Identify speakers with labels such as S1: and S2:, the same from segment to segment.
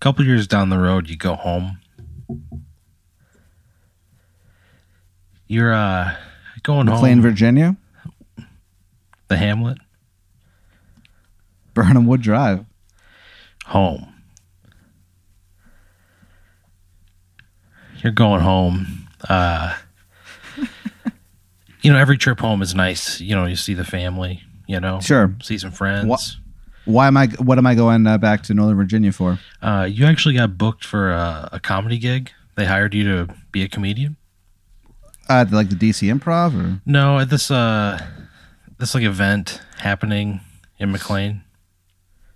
S1: couple years down the road, you go home. You're uh, going
S2: McLean,
S1: home.
S2: Virginia,
S1: the Hamlet
S2: Burnham Wood Drive.
S1: home. You're going home. Uh, you know, every trip home is nice. You know, you see the family. You know,
S2: Sure.
S1: see some friends.
S2: What- Why am I? What am I going uh, back to Northern Virginia for?
S1: Uh, you actually got booked for a, a comedy gig. They hired you to be a comedian.
S2: Uh, like the DC Improv, or
S1: No, at this uh, this like event happening in McLean.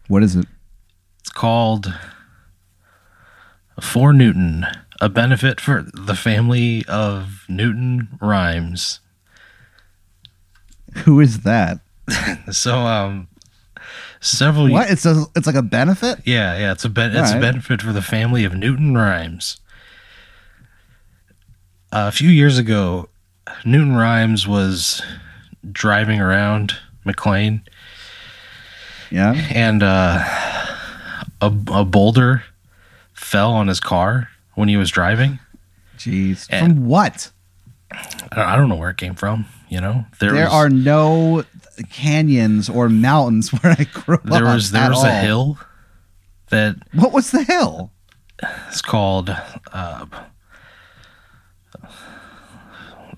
S2: what is it?
S1: It's called For Newton, a benefit for the family of Newton Rhymes.
S2: Who is that?
S1: So, um, several
S2: What? It's a, It's like a benefit.
S1: Yeah, yeah, it's a ben- it's a
S2: Alright.
S1: benefit for the family of Newton Rhymes. Uh, a few years ago, Newton Rhymes was driving around McLean,
S2: Yeah.
S1: and uh, a a boulder fell on his car when he was driving.
S2: Jeez.
S1: And-
S2: From what?
S1: I don't, I don't know where it came from. You know, there,
S2: There
S1: was,
S2: are no canyons or mountains where I grew up.
S1: there was there
S2: at
S1: was
S2: all.
S1: a hill that
S2: What was the hill?
S1: It's called uh,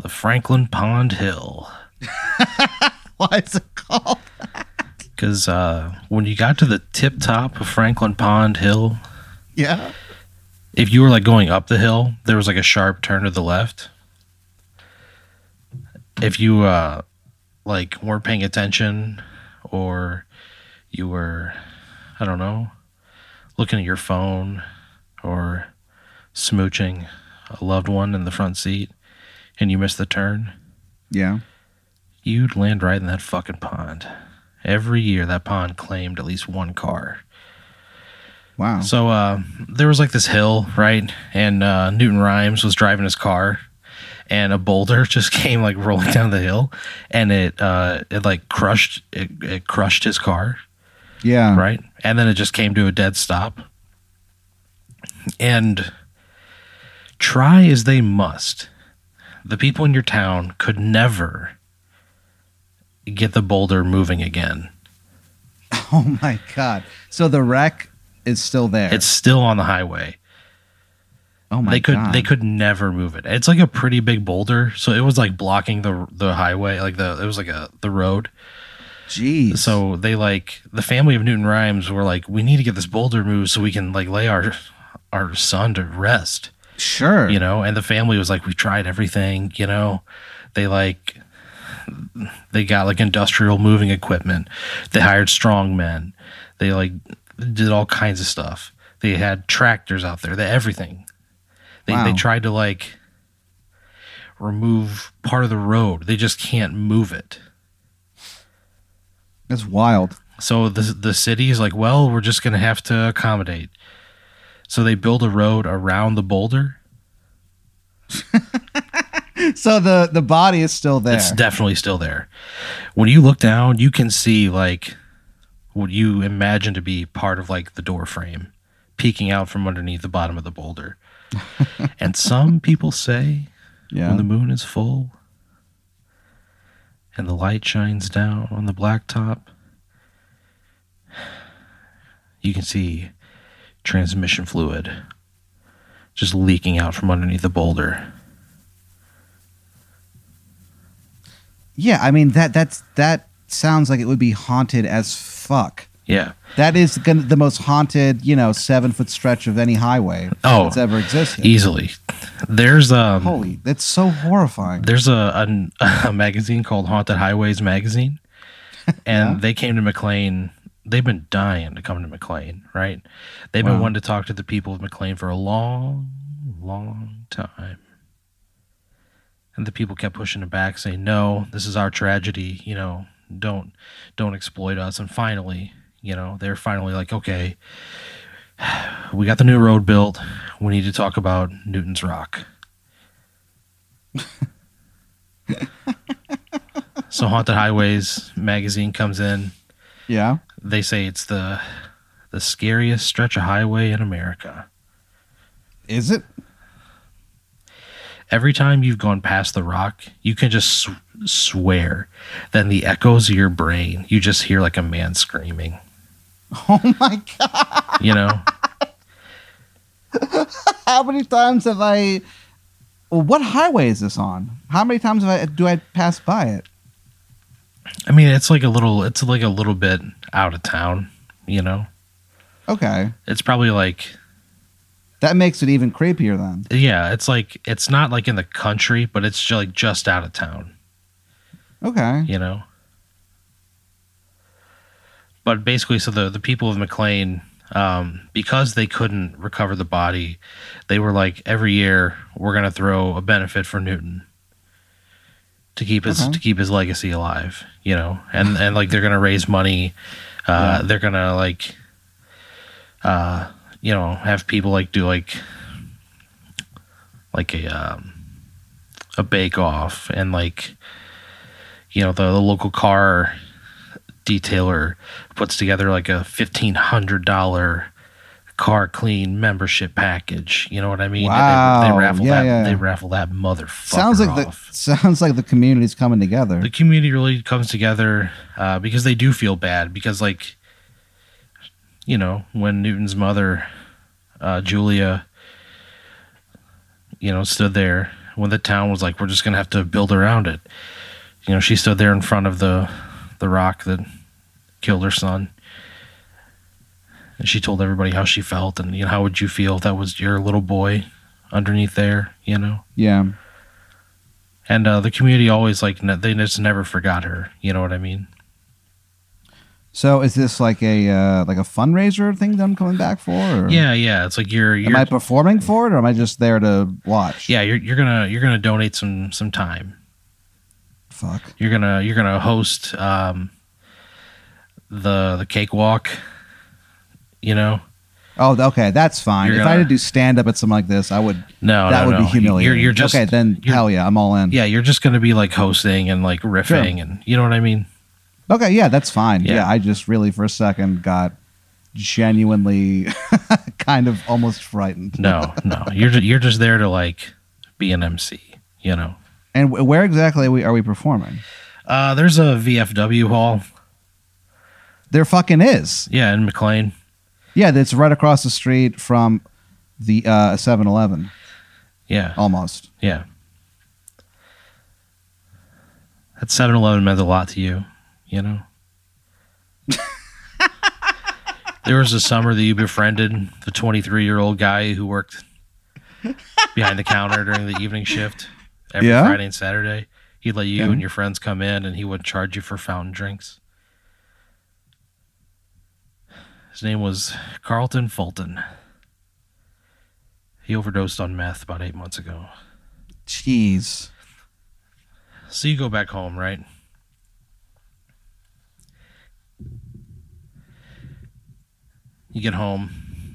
S1: the Franklin Pond Hill.
S2: Why is it called?
S1: Because uh, when you got to the tip top of Franklin Pond Hill,
S2: Yeah.
S1: if you were like going up the hill, there was like a sharp turn to the left. If you uh, like weren't paying attention, or you were, I don't know, looking at your phone, or smooching a loved one in the front seat, and you missed the turn,
S2: Yeah.
S1: you'd land right in that fucking pond. Every year, that pond claimed at least one car.
S2: Wow.
S1: So uh, there was like this hill, right? And uh, Newton Rhymes was driving his car, and a boulder just came like rolling down the hill, and it uh, it like crushed it, it crushed his car,
S2: yeah.
S1: right? And then it just came to a dead stop. And try as they must, the people in your town could never get the boulder moving again.
S2: Oh my god. So the wreck is still there.
S1: It's still on the highway.
S2: oh my
S1: they could
S2: god.
S1: they could never move it. It's like a pretty big boulder, so it was like blocking the the highway, like the it was like a the road.
S2: Jeez.
S1: So they like the family of Newton Rhymes were like, we need to get this boulder moved so we can like lay our our son to rest,
S2: sure.
S1: you know. And the family was like, we tried everything, you know. They like they got like industrial moving equipment. They hired strong men. They like did all kinds of stuff. They had tractors out there. They everything. They they
S2: Wow.
S1: tried to like remove part of the road. They just can't move it.
S2: That's wild.
S1: So the the city is like, well, we're just gonna have to accommodate. So they build a road around the boulder.
S2: So the the body is still there.
S1: It's definitely still there. When you look down, you can see like what you imagine to be part of like the door frame peeking out from underneath the bottom of the boulder. and some people say
S2: yeah.
S1: when the moon is full and the light shines down on the blacktop, you can see transmission fluid just leaking out from underneath the boulder.
S2: yeah, I mean that that's that sounds like it would be haunted as fuck.
S1: Yeah.
S2: That is gonna, the most haunted, you know, seven foot stretch of any highway
S1: Oh.
S2: that's ever existed.
S1: Easily. There's um
S2: Holy, that's so horrifying.
S1: there's a, a a magazine called Haunted Highways magazine, and they came to McLean. They've been dying to come to McLean, right? They've been
S2: Wow.
S1: wanting to talk to the people of McLean for a long, long time. And the people kept pushing it back, saying, "No, this is our tragedy. You know, don't don't exploit us." And finally, you know, they're finally like, "Okay, we got the new road built. We need to talk about Newton's Rock." So Haunted Highways magazine comes in.
S2: Yeah.
S1: They say it's the the scariest stretch of highway in America.
S2: Is it?
S1: Every time you've gone past the rock, you can just sw- swear. Then the echoes of your brain, you just hear like a man screaming.
S2: Oh my god!
S1: You know,
S2: How many times have I? Well, what highway is this on? How many times have I do I pass by it?
S1: I mean, it's like a little, it's like a little bit out of town. You know,
S2: Okay,
S1: it's probably like
S2: that makes it even creepier then.
S1: yeah, it's like it's not like in the country, but it's just like just out of town.
S2: Okay,
S1: you know. But basically, so the the people of McLean, um, because they couldn't recover the body, they were like, every year we're gonna throw a benefit for Newton to keep his
S2: Okay.
S1: to keep his legacy alive, you know, and and like they're gonna raise money, uh, they're gonna like, uh, you know, have people like do like like a um, a bake off and like you know the, the local car detailer puts together like a fifteen hundred dollar car clean membership package. You know what I mean? And They, they
S2: Wow.
S1: raffle
S2: Yeah,
S1: that.
S2: yeah.
S1: They raffle that motherfucker
S2: sounds like
S1: off.
S2: the sounds like the community's coming together.
S1: The community really comes together uh, because they do feel bad because like you know when Newton's mother uh, Julia you know stood there when the town was like we're just gonna have to build around it you know she stood there in front of the the rock that killed her son and she told everybody how she felt and you know how would you feel if that was your little boy underneath there you know
S2: yeah,
S1: and uh, the community always like ne- they just never forgot her. You know what I mean?
S2: So is this like a uh, like a fundraiser thing that I'm coming back for? Or
S1: Yeah, yeah. It's like you're, you're
S2: Am I performing for it, or am I just there to watch?
S1: yeah, you're you're gonna you're gonna donate some some time.
S2: Fuck.
S1: You're gonna you're gonna host um the the cakewalk. You know?
S2: Oh, okay, that's fine.
S1: You're
S2: If I had
S1: gonna-
S2: to do stand up at something like this, I would.
S1: No,
S2: that
S1: no,
S2: would
S1: no.
S2: be humiliating.
S1: You're, you're just
S2: okay. Then
S1: you're-
S2: hell yeah, I'm all in.
S1: yeah, you're just gonna be like hosting and like riffing and you know what I mean?
S2: Okay, yeah, that's fine.
S1: Yeah.
S2: Yeah. I just really for a second got genuinely kind of almost frightened.
S1: No, no. You're ju- you're just there to like be an MC. You know?
S2: And wh- where exactly are we, are we performing?
S1: Uh, there's a VFW hall.
S2: There fucking is.
S1: Yeah, in McLean.
S2: Yeah, that's right across the street from the uh, 7-Eleven,
S1: Yeah.
S2: almost.
S1: Yeah. That 7 Eleven meant a lot to you, you know? there was a summer that you befriended the 23 year old guy who worked behind the counter during the evening shift every
S2: Yeah?
S1: Friday and Saturday. He'd let you
S2: Yeah.
S1: and your friends come in and he would charge you for fountain drinks. His name was Carlton Fulton. He overdosed on meth about eight months ago.
S2: Jeez.
S1: So you go back home, right? You get home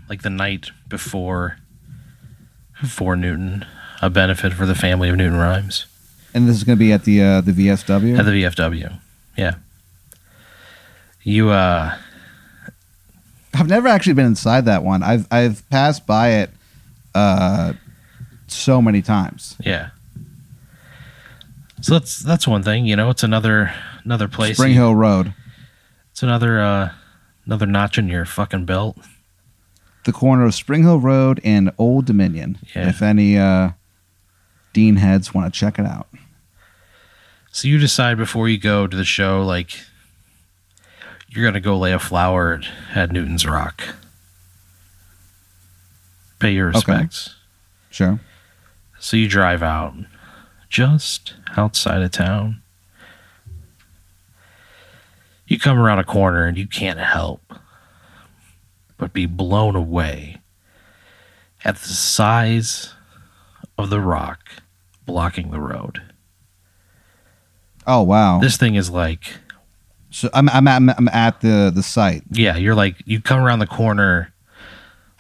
S1: like the night before for Newton, a benefit for the family of Newton Rhymes
S2: And this is going to be at the uh, the VSW.
S1: at the VFW. Yeah. You uh
S2: I've never actually been inside that one. I've I've passed by it uh, so many times.
S1: yeah. So that's that's one thing, you know, it's another another place.
S2: Spring Hill Road,
S1: It's another uh another notch in your fucking belt.
S2: the corner of Spring Hill Road and Old Dominion.
S1: Yeah.
S2: If any uh, Dean heads want to check it out,
S1: So you decide before you go to the show, like you're gonna go lay a flower at, at Newton's Rock. Pay your
S2: Okay.
S1: respects.
S2: sure.
S1: So you drive out just outside of town. You come around a corner and you can't help but be blown away at the size of the rock blocking the road.
S2: Oh wow!
S1: This thing is like
S2: so I'm I'm at, I'm at the the site.
S1: yeah, you're like you come around the corner,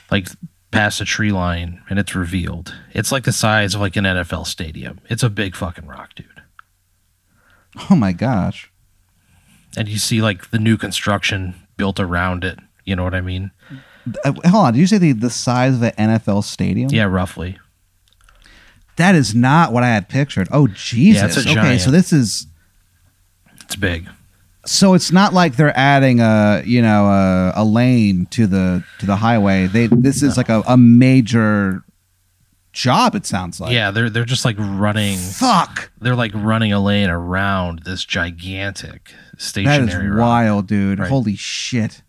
S1: like past a tree line, and it's revealed. It's like the size of like an NFL stadium. It's a big fucking rock, dude.
S2: Oh my gosh!
S1: And you see like the new construction built around it You know what I mean?
S2: Uh, hold on. Did you say the, the size of an NFL stadium?
S1: Yeah, roughly.
S2: That is not what I had pictured. Oh Jesus.
S1: Yeah, it's a
S2: Okay,
S1: giant.
S2: so this is
S1: It's big.
S2: so it's not like they're adding a you know a, a lane to the to the highway. They this is like a, a major job. It sounds like
S1: yeah, they're they're just like running.
S2: Fuck.
S1: They're like running a lane around this gigantic
S2: That
S1: stationary
S2: is
S1: rock.
S2: wild, dude.
S1: Right.
S2: Holy shit.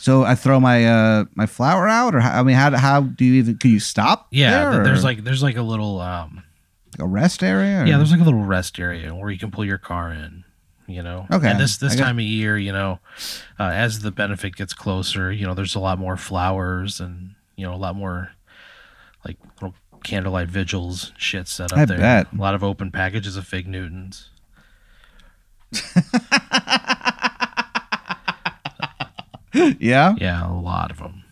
S2: So I throw my uh my flower out, or how, I mean, how how do you even can you stop?
S1: Yeah,
S2: there,
S1: th-
S2: or
S1: there's like there's like a little um
S2: a rest area. or-
S1: yeah, there's like a little rest area where you can pull your car in, you know.
S2: Okay,
S1: And this this
S2: I got-
S1: time of year, you know, uh, as the benefit gets closer, you know, there's a lot more flowers and you know a lot more like little candlelight vigils shit set up
S2: I
S1: there.
S2: bet.
S1: A lot of open packages of fig Newtons.
S2: yeah.
S1: Yeah, a lot of them.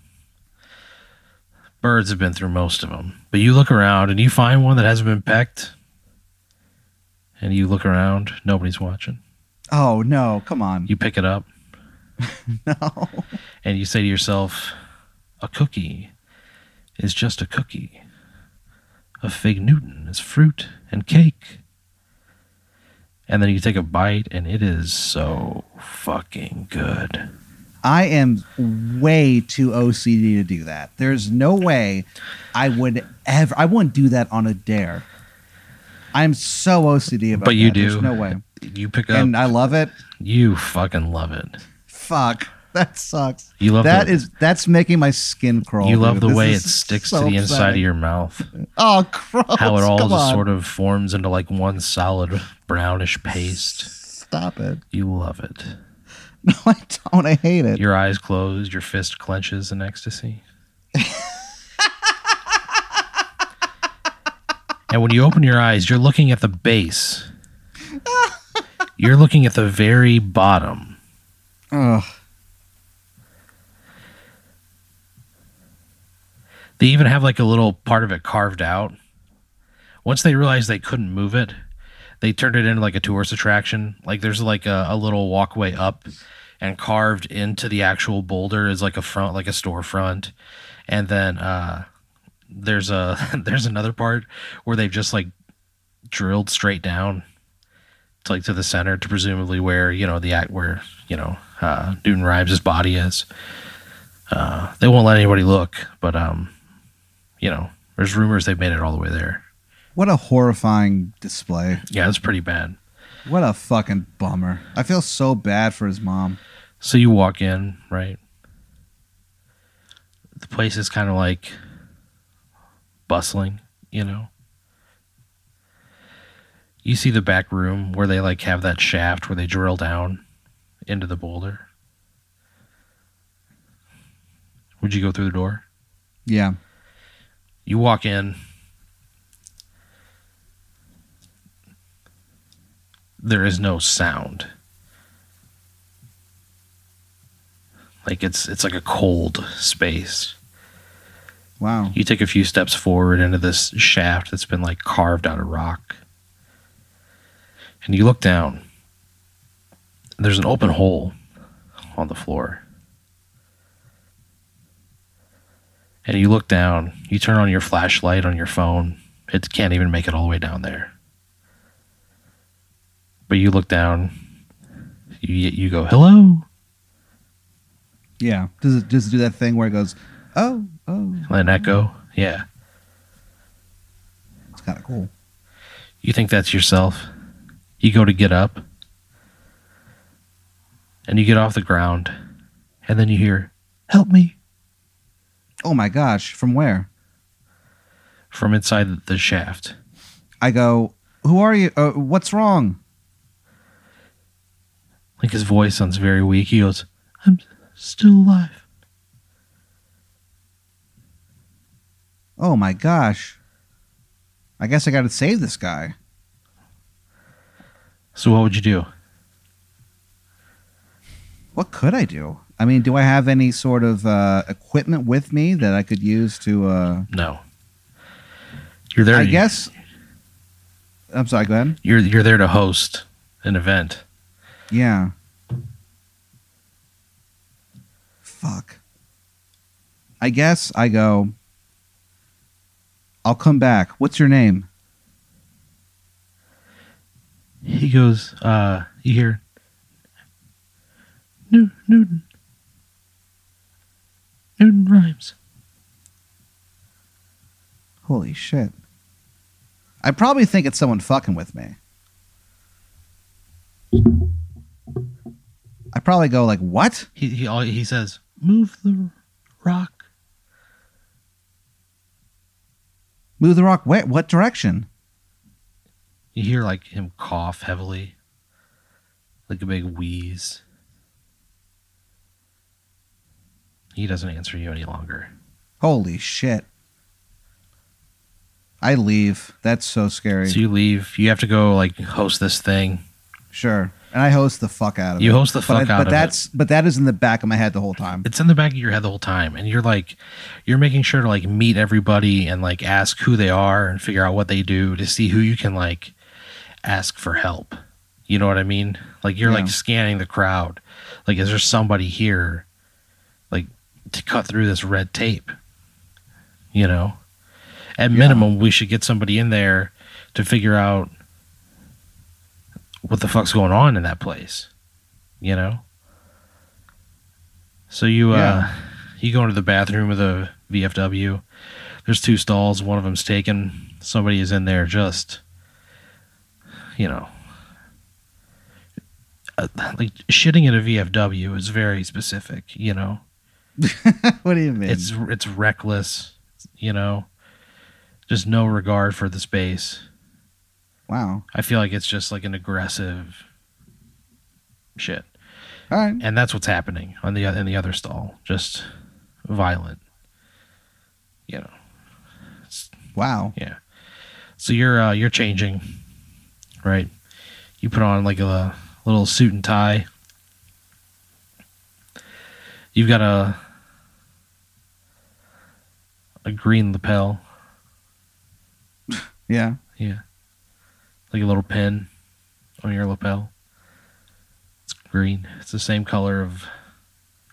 S1: Birds have been through most of them. But you look around and you find one that hasn't been pecked. And you look around, nobody's watching.
S2: Oh no! Come on.
S1: You pick it up
S2: No.
S1: and you say to yourself, a cookie is just a cookie. A fig Newton is fruit and cake. And then you take a bite and it is so fucking good.
S2: I am way too OCD to do that. There's no way I would ever. I wouldn't do that on a dare. I'm so OCD about.
S1: But you
S2: that. There's
S1: do.
S2: no way,
S1: You pick up,
S2: and I love it.
S1: you fucking love it.
S2: Fuck, that sucks.
S1: You love
S2: That
S1: the-
S2: is that's making my skin crawl.
S1: You love
S2: dude.
S1: the
S2: This
S1: way it
S2: is
S1: sticks
S2: so
S1: to the inside of
S2: upsetting.
S1: your mouth.
S2: Oh, gross!
S1: How it all
S2: Come
S1: just
S2: on.
S1: sort of forms into like one solid brownish paste.
S2: Stop it!
S1: You love it.
S2: No, I don't. I hate it.
S1: Your eyes closed, your fist clenches in ecstasy. and when you open your eyes, you're looking at the base. You're looking at the very bottom.
S2: Ugh.
S1: They even have like a little part of it carved out. Once they realized they couldn't move it, they turned it into like a tourist attraction. Like there's like a, a little walkway up and carved into the actual boulder is like a front, like a storefront. And then uh there's a there's another part where they've just like drilled straight down to like to the center to presumably where, you know, the act where, you know, uh Newton Rhymes' body is. Uh they won't let anybody look, but um you know, there's rumors they've made it all the way there.
S2: What a horrifying display.
S1: Yeah, it's pretty bad.
S2: What a fucking bummer. I feel so bad for his mom.
S1: So you walk in, right? The place is kind of like bustling, you know. You see the back room where they like have that shaft where they drill down into the boulder. Would you go through the door?
S2: Yeah.
S1: You walk in. There is no sound. Like it's it's like a cold space.
S2: Wow.
S1: You take a few steps forward into this shaft that's been like carved out of rock. And you look down. There's an open hole on the floor. And you look down, you turn on your flashlight on your phone. It can't even make it all the way down there. But you look down, you, you go, hello?
S2: Yeah. Does it just do that thing where it goes, oh, oh.
S1: An echo. Yeah.
S2: It's kind of cool.
S1: You think that's yourself. You go to get up, and you get off the ground, and then you hear, Help me!
S2: Oh my gosh. From where?
S1: from inside the shaft.
S2: I go, who are you? Uh, what's wrong?
S1: Like his voice sounds very weak. He goes, I'm still alive.
S2: Oh my gosh. I guess I got to save this guy.
S1: So, what would you do?
S2: What could I do? I mean, do I have any sort of uh, equipment with me that I could use to. Uh,
S1: No. You're there.
S2: I
S1: to-
S2: guess. I'm sorry, go ahead.
S1: You're, you're there to host an event.
S2: Yeah. fuck. I guess I go, I'll come back. What's your name?
S1: He goes, uh, you hear, New- Newton. Newton Rhymes.
S2: Holy shit. I probably think it's someone fucking with me. I probably go like, "What?
S1: He, he, all, he says, move the rock.
S2: Move the rock where? What direction?"
S1: You hear like him cough heavily, like a big wheeze. He doesn't answer you any longer.
S2: Holy shit. I leave. That's so scary.
S1: So you leave. You have to go like host this thing.
S2: sure. And I host the fuck out of
S1: You
S2: it.
S1: host the
S2: but I-
S1: fuck out
S2: but
S1: of it.
S2: that's but that is in the back of my head the whole time.
S1: It's in the back of your head the whole time, and you're like, you're making sure to like meet everybody and like ask who they are and figure out what they do to see who you can like ask for help. You know what I mean? Like you're like
S2: Yeah.
S1: scanning the crowd. Like, is there somebody here, like to cut through this red tape? You know, at
S2: Yeah.
S1: minimum, we should get somebody in there to figure out what the fuck's going on in that place. You know. So you
S2: Yeah.
S1: uh you go into the bathroom of the VFW. There's two stalls, one of them's taken. Somebody is in there just you know uh, like shitting in a VFW is very specific, you know.
S2: what do you mean?
S1: It's it's reckless, you know. Just no regard for the space.
S2: wow.
S1: I feel like it's just like an aggressive shit.
S2: All right.
S1: and that's what's happening on the in the other stall. Just violent.
S2: Wow.
S1: So you're uh, you're changing, right? You put on like a little suit and tie. You've got a a green lapel,
S2: Yeah.
S1: yeah, like a little pin on your lapel. It's green. It's the same color of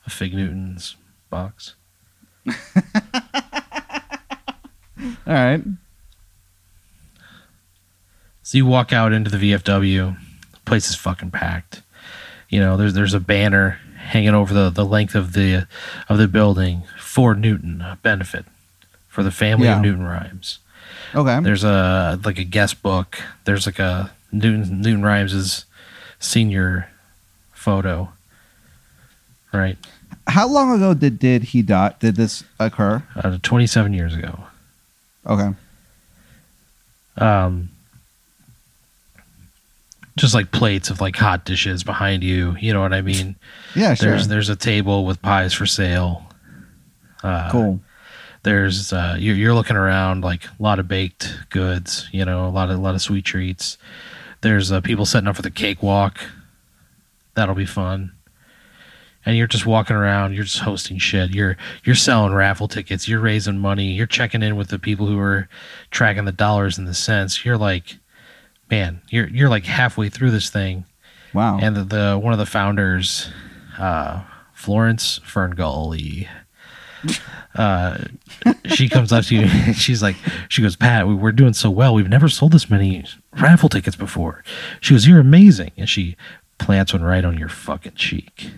S1: a Fig Newton's box.
S2: All right.
S1: So you walk out into the VFW, the place is fucking packed. You know, there's there's a banner hanging over the, the length of the of the building for Newton a benefit for the family
S2: Yeah.
S1: of Newton Rhymes.
S2: Okay.
S1: There's a like a guest book. There's like a Newton Newton Rhymes's senior photo. Right,
S2: How long ago did did he die? Did this occur?
S1: uh, 27 years ago.
S2: Okay.
S1: um, just like plates of like hot dishes behind you. You know what I mean?
S2: Yeah. Sure.
S1: There's there's a table with pies for sale. Uh,
S2: cool.
S1: There's uh, you're you're looking around like a lot of baked goods. You know, a lot of a lot of sweet treats. There's uh, people setting up for the cakewalk. That'll be fun. And you're just walking around. You're just hosting shit. You're you're selling raffle tickets. You're raising money. You're checking in with the people who are tracking the dollars and the cents. You're like, man, you're you're like halfway through this thing,
S2: Wow.
S1: and the, the one of the founders, uh, Florence Ferngully, uh, she comes up to you. And she's like, she goes, Pat, we, we're doing so well. We've never sold this many raffle tickets before. She goes, you're amazing, and she plants one right on your fucking cheek,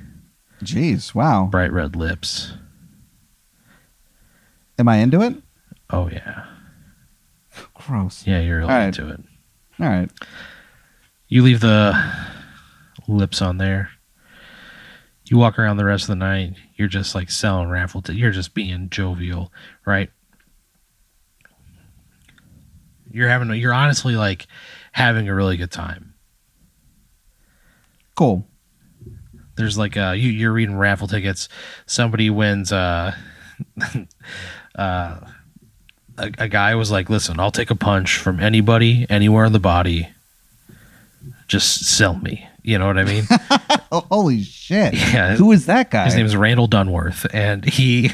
S2: Jeez. Wow.
S1: bright red lips.
S2: Am I into it?
S1: Oh yeah,
S2: Gross.
S1: yeah, you're
S2: All right.
S1: into it.
S2: All right.
S1: You leave the lips on there. You walk around the rest of the night. You're just like selling raffle. T- you're just being jovial, right? You're having. You're honestly like having a really good time.
S2: Cool.
S1: There's like uh, you. You're reading raffle tickets. Somebody wins. Uh, uh, a, a guy was like, "Listen, I'll take a punch from anybody, anywhere in the body. Just sell me." You know what I mean?
S2: Oh, holy shit.
S1: Yeah.
S2: Who is that guy?
S1: His name is Randall Dunworth, and he,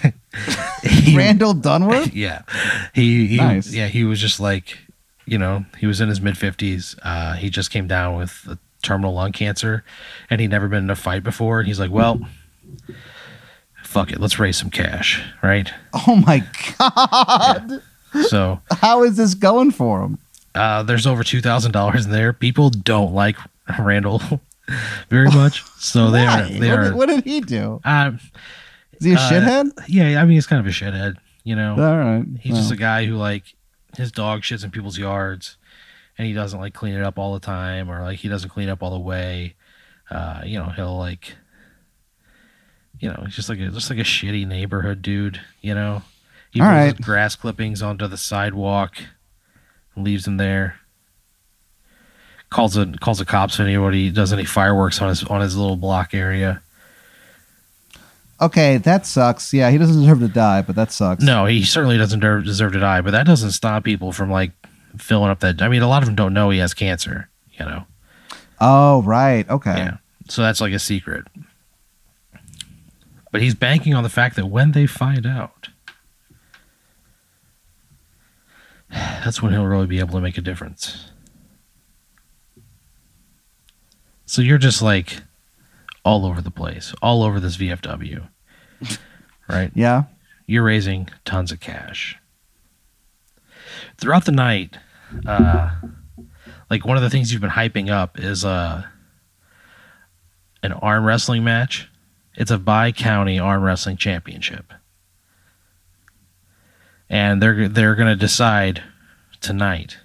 S1: he
S2: Randall Dunworth.
S1: yeah, he, he
S2: Nice.
S1: yeah, he was just like, you know, he was in his mid fifties. Uh, he just came down with a terminal lung cancer, and he'd never been in a fight before. And he's like, well, fuck it, let's raise some cash, right?
S2: Oh my god!
S1: So
S2: How is this going for him?
S1: uh, there's over two thousand dollars in there. People don't like Randall very much, so they are
S2: Why?
S1: they
S2: what,
S1: are.
S2: Did, what did he do?
S1: uh,
S2: Is he a
S1: Uh,
S2: shithead?
S1: yeah, I mean he's kind of a shithead, you know.
S2: All right.
S1: He's just a guy who like his dog shits in people's yards, and he doesn't like clean it up all the time, or like he doesn't clean up all the way. Uh, you know, he'll like, you know, he's just like a, just like a shitty neighborhood dude. You know, he
S2: All
S1: puts
S2: right.
S1: his grass clippings onto the sidewalk, and leaves them there. Calls a calls the cops if anybody does any fireworks on his on his little block area.
S2: okay, that sucks. Yeah, he doesn't deserve to die, but that sucks.
S1: No, he certainly doesn't der- deserve to die, but that doesn't stop people from like filling up that. I mean, a lot of them don't know he has cancer, you know.
S2: Oh right. Okay.
S1: Yeah. So that's like a secret. But he's banking on the fact that when they find out, that's when he'll really be able to make a difference. So you're just like all over the place, all over this VFW, right?
S2: Yeah.
S1: you're raising tons of cash. Throughout the night, uh, like one of the things you've been hyping up is uh, an arm wrestling match. It's a bi county arm wrestling championship, and they're they're gonna decide tonight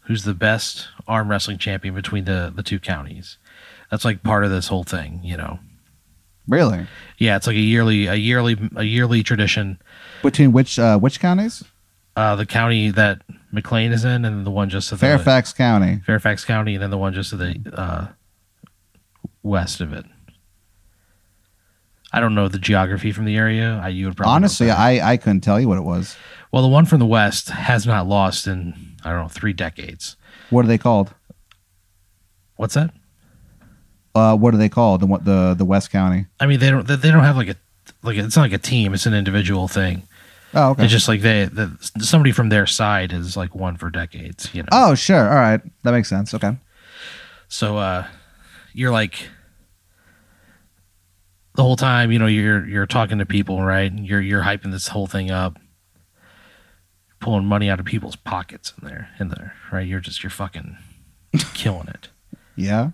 S1: who's the best arm wrestling champion between the the two counties. That's like part of this whole thing, you know.
S2: Really?
S1: Yeah, it's like a yearly a yearly a yearly tradition
S2: Between which uh, which counties?
S1: uh, the county that McLean is in, and the one just to the
S2: Fairfax County.
S1: Fairfax County, and then the one just to the uh, west of it. I don't know the geography from the area. I you would probably know
S2: Honestly,
S1: better.
S2: I I couldn't tell you what it was.
S1: well, the one from the west has not lost in I don't know three decades.
S2: What are they called?
S1: What's that?
S2: Uh, what are they called? The what the the West County?
S1: I mean, they don't they they don't have like a like it's not like a team. It's an individual thing.
S2: Oh, okay.
S1: It's just like they the, somebody from their side has like won for decades. You know.
S2: oh, sure. All right, that makes sense. Okay.
S1: So uh you're like the whole time, you know, you're you're talking to people, right? And You're you're hyping this whole thing up. Pulling money out of people's pockets in there in there, right? You're just you're fucking killing it.
S2: Yeah.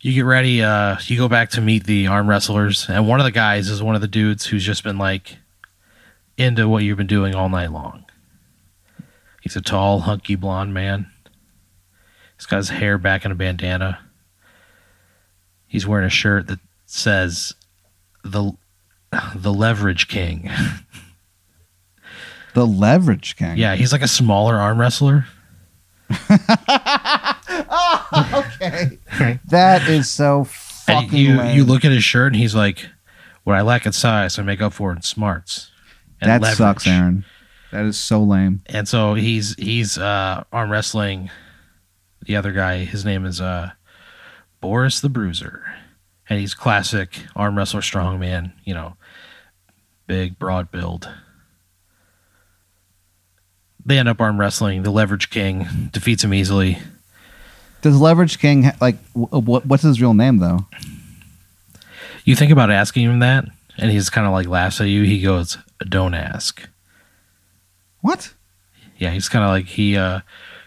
S1: You get ready, uh you go back to meet the arm wrestlers and one of the guys is one of the dudes who's just been like into what you've been doing all night long. He's a tall, hunky blonde man. He's got his hair back in a bandana. He's wearing a shirt that says the the leverage king.
S2: The Leverage King.
S1: Yeah, he's like a smaller arm wrestler.
S2: Oh, Okay. that is so
S1: And
S2: fucking.
S1: you
S2: lame.
S1: you look at his shirt and he's like, What I lack in size, I make up for in smarts. And
S2: that
S1: leverage."
S2: sucks, Aaron. That is so lame.
S1: and so he's he's uh arm wrestling the other guy his name is uh boris the bruiser and he's classic arm wrestler strongman you know big broad build they end up arm wrestling the leverage king defeats him easily
S2: Does Leverage King ha- like uh, what? What's his real name though?
S1: you think about asking him that and he's kind of like laughs at you he goes don't ask
S2: What?
S1: yeah he's kind of like he uh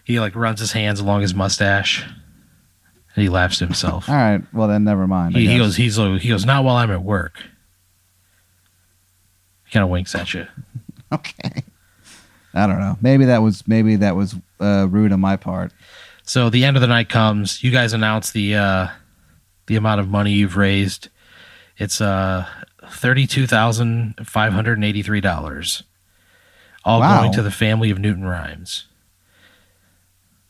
S1: he like runs his hands along his mustache and he laughs to himself
S2: All right. Well, then never mind. I
S1: He, he
S2: guess.
S1: goes, he's like, he goes, not while I'm at work. He kind of winks at you.
S2: Okay. I don't know. Maybe that was maybe that was uh, rude on my part.
S1: So the end of the night comes. You guys announce the uh, the amount of money you've raised. It's uh, thirty two thousand five hundred and eighty three dollars, all
S2: Wow.
S1: going to the family of Newton Rhymes.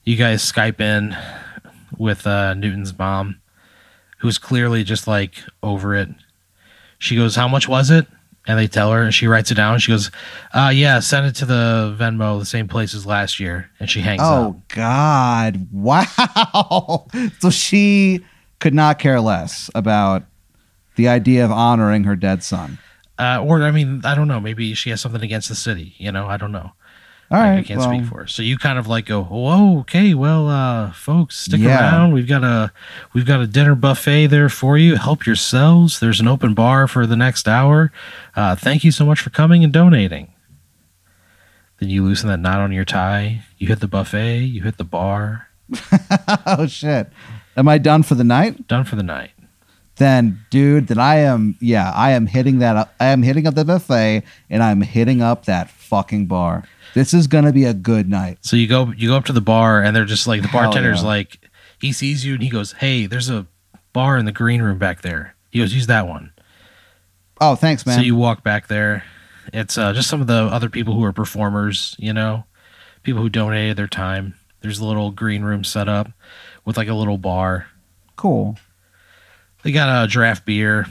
S1: You guys Skype in with uh, Newton's mom, who's clearly just like over it. She goes, "How much was it?" And they tell her, and she writes it down. She goes, uh, "Yeah, send it to the Venmo, the same place as last year." And she hangs up.
S2: Oh God! Wow. so she could not care less about the idea of honoring her dead son.
S1: uh, or I mean, I don't know. Maybe she has something against the city. You know, I don't know.
S2: All right.
S1: Like, I can't
S2: well,
S1: speak for her. So you kind of like go, whoa, okay, well, uh, folks, stick
S2: Yeah.
S1: around. We've got a we've got a dinner buffet there for you. Help yourselves. There's an open bar for the next hour. Uh, thank you so much for coming and donating. Then you loosen that knot on your tie. You hit the buffet. You hit the bar.
S2: oh shit. Am I done for the night?
S1: Done for the night.
S2: Then, dude, then I am. Yeah, I am hitting that. Up, I am hitting up the buffet, and I'm hitting up that fucking bar. This is gonna be a good night.
S1: So you go you go up to the bar and they're just like the
S2: Hell
S1: bartender's
S2: yeah.
S1: like he sees you and he goes, "Hey, there's a bar in the green room back there." He goes, "Use that one."
S2: Oh, thanks, man.
S1: So you walk back there. It's uh, just some of the other people who are performers, you know, people who donated their time. There's a little green room set up with like a little bar.
S2: cool.
S1: They got a draft beer,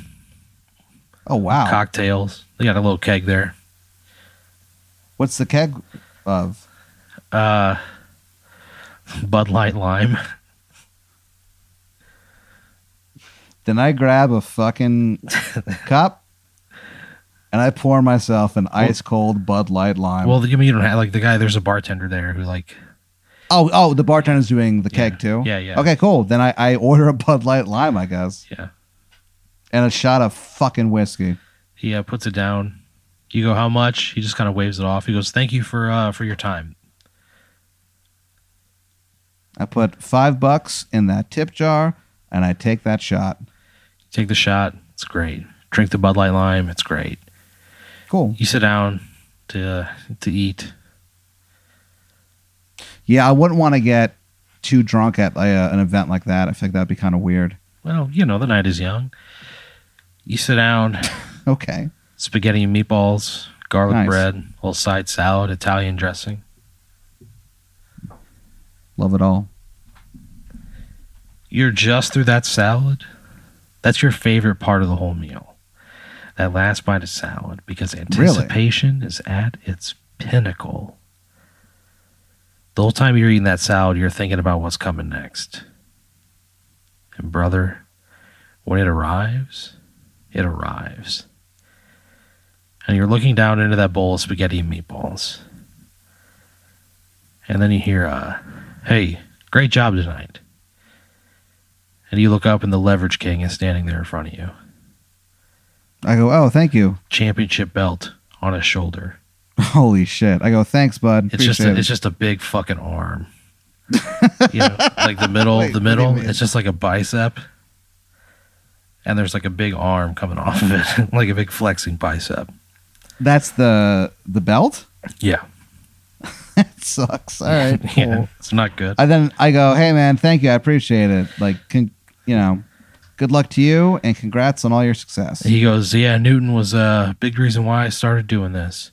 S2: Oh wow.
S1: cocktails. They got a little keg there.
S2: What's the keg of?
S1: Uh, Bud Light Lime.
S2: Then I grab a fucking cup, and I pour myself an ice cold Bud Light lime.
S1: Well, you mean you don't have like the guy? There's a bartender there who like
S2: oh, oh, the bartender's doing the keg too.
S1: yeah yeah
S2: Okay, cool. Then I, I order a Bud Light lime, I guess,
S1: yeah.
S2: and a shot of fucking whiskey.
S1: He uh, puts it down. You go, how much? He just kind of waves it off. He goes, thank you for uh, for your time.
S2: I put five bucks in that tip jar and I take that shot.
S1: Take the shot. It's great. Drink the Bud Light Lime. It's great.
S2: Cool.
S1: you sit down to uh, to eat.
S2: Yeah, I wouldn't want to get too drunk at uh, an event like that. I think that'd be kind of weird.
S1: Well, you know the night is young. You sit down,
S2: Okay.
S1: spaghetti and meatballs, garlic
S2: Nice.
S1: bread, little side salad, Italian dressing.
S2: Love it all.
S1: You're just through that salad. That's your favorite part of the whole meal. That last bite of salad because anticipation is at its pinnacle. The whole time you're eating that salad, you're thinking about what's coming next. And brother, when it arrives, it arrives. And you're looking down into that bowl of spaghetti and meatballs. And then you hear, uh, hey, great job tonight. And you look up, and the Leverage King is standing there in front of you.
S2: I go, oh, thank you.
S1: Championship belt on his shoulder.
S2: Holy shit. I go, thanks, bud.
S1: It's just
S2: Appreciate
S1: a,
S2: it.
S1: it's just a big fucking arm. you know, like the middle,
S2: Wait,
S1: the
S2: what do you
S1: middle.
S2: mean?
S1: It's just like a bicep, and there's like a big arm coming off of it, like a big flexing bicep.
S2: That's the the belt?
S1: Yeah,
S2: that sucks. All right. Cool.
S1: yeah, it's not good.
S2: I then I go, hey man, thank you. I appreciate it. Like con- you know, good luck to you and congrats on all your success.
S1: He goes, yeah, Newton was a big reason why I started doing this.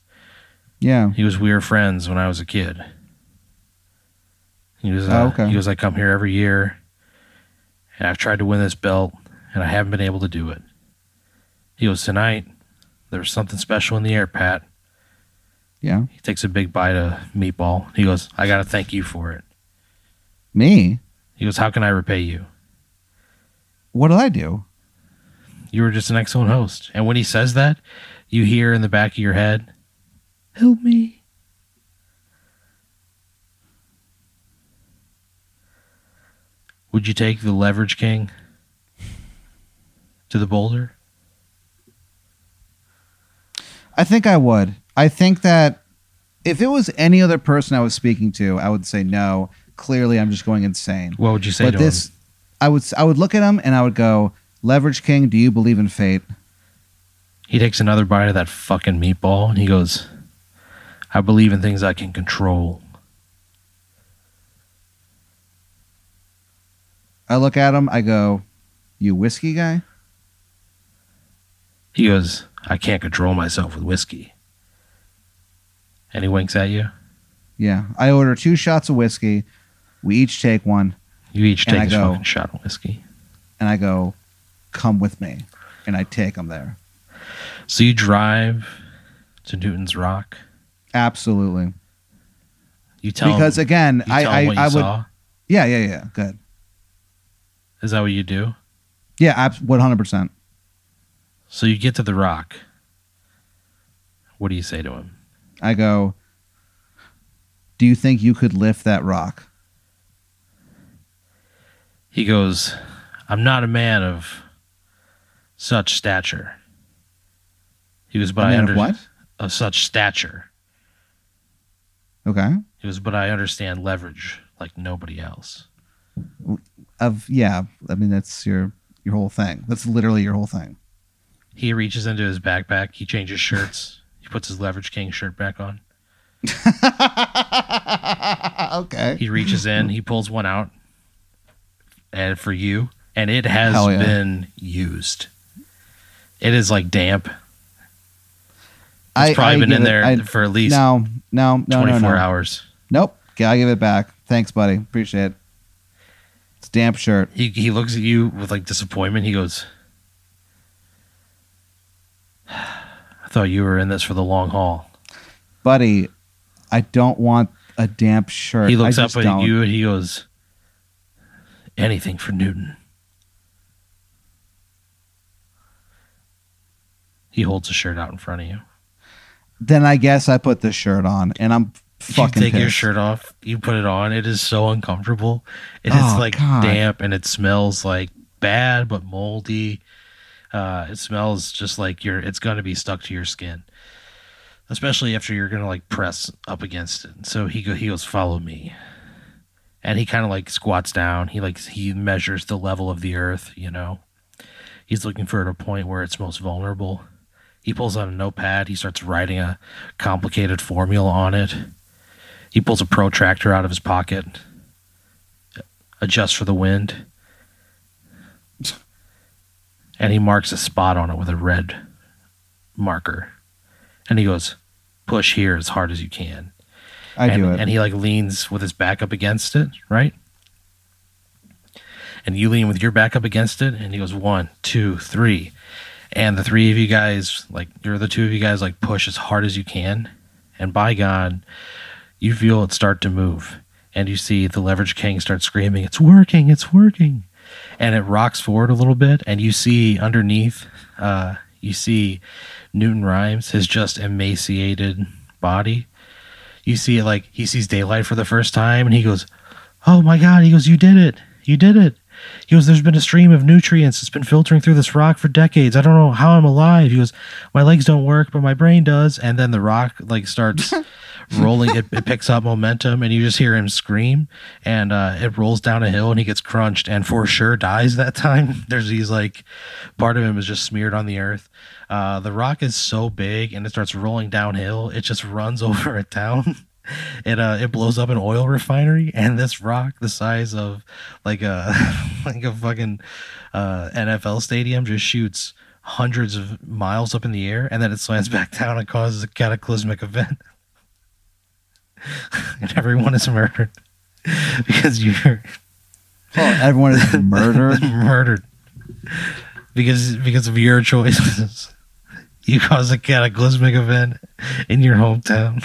S2: Yeah.
S1: He was we were friends when I was a kid. He was uh,
S2: Oh, okay.
S1: he was I come here every year, and I've tried to win this belt, and I haven't been able to do it. He goes tonight. There's something special in the air, Pat.
S2: Yeah.
S1: He takes a big bite of meatball. He goes, I gotta thank you for it.
S2: Me?
S1: He goes, How can I repay you?
S2: What did I do?
S1: You were just an excellent host. And when he says that, you hear in the back of your head, Help me. Would you take the Leverage King to the boulder?
S2: I think I would. I think that if it was any other person I was speaking to, I would say no. Clearly, I'm just going insane.
S1: What would you say
S2: But
S1: to
S2: this, I would I would look at him and I would go, "Leverage King, do you believe in fate?"
S1: him? He takes another bite of that fucking meatball and he goes, I believe in things I can control.
S2: I look at him. I go, "You whiskey guy?"
S1: He goes, I can't control myself with whiskey. And he winks at you.
S2: Yeah. I order two shots of whiskey. We each take one,
S1: You each
S2: And
S1: take
S2: I
S1: a
S2: go-
S1: fucking shot of whiskey.
S2: and I go, "Come with me," and I take him there.
S1: So you drive to Newton's Rock.
S2: Absolutely,
S1: You tell
S2: because
S1: him,
S2: again,
S1: you
S2: I
S1: tell
S2: I,
S1: him what you
S2: I would.
S1: saw.
S2: Yeah, yeah, yeah. Good.
S1: Is that what you do?
S2: Yeah, abs- one hundred percent.
S1: So you get to the rock. What do you say to him?
S2: I go, Do you think you could lift that rock?
S1: He goes, I'm not a man of such stature. He was, but
S2: I
S1: I,
S2: mean,
S1: under-
S2: what?
S1: of such stature.
S2: Okay.
S1: He goes, but I understand leverage like nobody else.
S2: Of yeah, I mean that's your your whole thing. That's literally your whole thing.
S1: He reaches into his backpack. He changes shirts. he puts his Leverage King shirt back on.
S2: okay.
S1: He reaches in. He pulls one out. And for you. And it has
S2: Hell yeah.
S1: been used. It is like damp. It's
S2: I-
S1: probably
S2: I
S1: been
S2: give
S1: in
S2: it-
S1: there
S2: I-
S1: for at least
S2: no, no, no,
S1: 24
S2: no, no.
S1: hours.
S2: Nope. Okay, I give it back. Thanks, buddy. Appreciate it. It's a damp shirt.
S1: He, he looks at you with like disappointment. He goes, I thought you were in this for the long haul.
S2: buddy, I don't want a damp shirt.
S1: He looks
S2: I
S1: up
S2: just
S1: at
S2: don't.
S1: you and he goes, Anything for Newton. He holds a shirt out in front of you.
S2: Then I guess I put this shirt on, and I'm fucking
S1: you take your
S2: pissed.
S1: shirt off, you put it on. It is so uncomfortable. It's
S2: Oh,
S1: like
S2: God.
S1: damp and it smells like bad but moldy. Uh, it smells just like you're, it's going to be stuck to your skin, especially after you're going to like press up against it. So he, go, he goes, Follow me. And he kind of like squats down. He like, he measures the level of the earth, you know. He's looking for a point where it's most vulnerable. He pulls out a notepad. He starts writing a complicated formula on it. He pulls a protractor out of his pocket, adjusts for the wind, and he marks a spot on it with a red marker. And he goes, Push here as hard as you can.
S2: I
S1: and,
S2: do it.
S1: And he like leans with his back up against it, right? And you lean with your back up against it, and he goes, One, two, three. And the three of you guys, like, you're the two of you guys, like, push as hard as you can. And by God, you feel it start to move and you see the leverage king start screaming it's working it's working and it rocks forward a little bit and you see underneath uh, you see newton rhymes his just emaciated body you see it like he sees daylight for the first time and he goes oh my god he goes you did it you did it he goes there's been a stream of nutrients that's been filtering through this rock for decades i don't know how i'm alive he goes my legs don't work but my brain does and then the rock like starts rolling it, it picks up momentum and you just hear him scream and uh, it rolls down a hill and he gets crunched and for sure dies that time there's these like part of him is just smeared on the earth uh, the rock is so big and it starts rolling downhill it just runs over a town it uh it blows up an oil refinery and this rock the size of like a like a fucking uh NFL stadium just shoots hundreds of miles up in the air and then it slams back down and causes a cataclysmic event and everyone is murdered because you're
S2: Oh, everyone is murdered.
S1: murdered because because of your choices you caused a cataclysmic event in your hometown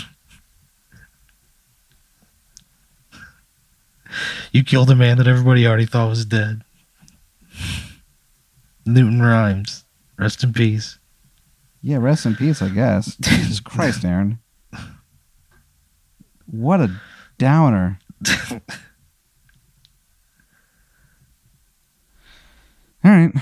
S1: you killed a man that everybody already thought was dead newton rhymes rest in peace
S2: yeah, rest in peace, I guess. Jesus Christ, Aaron. What a downer. All right.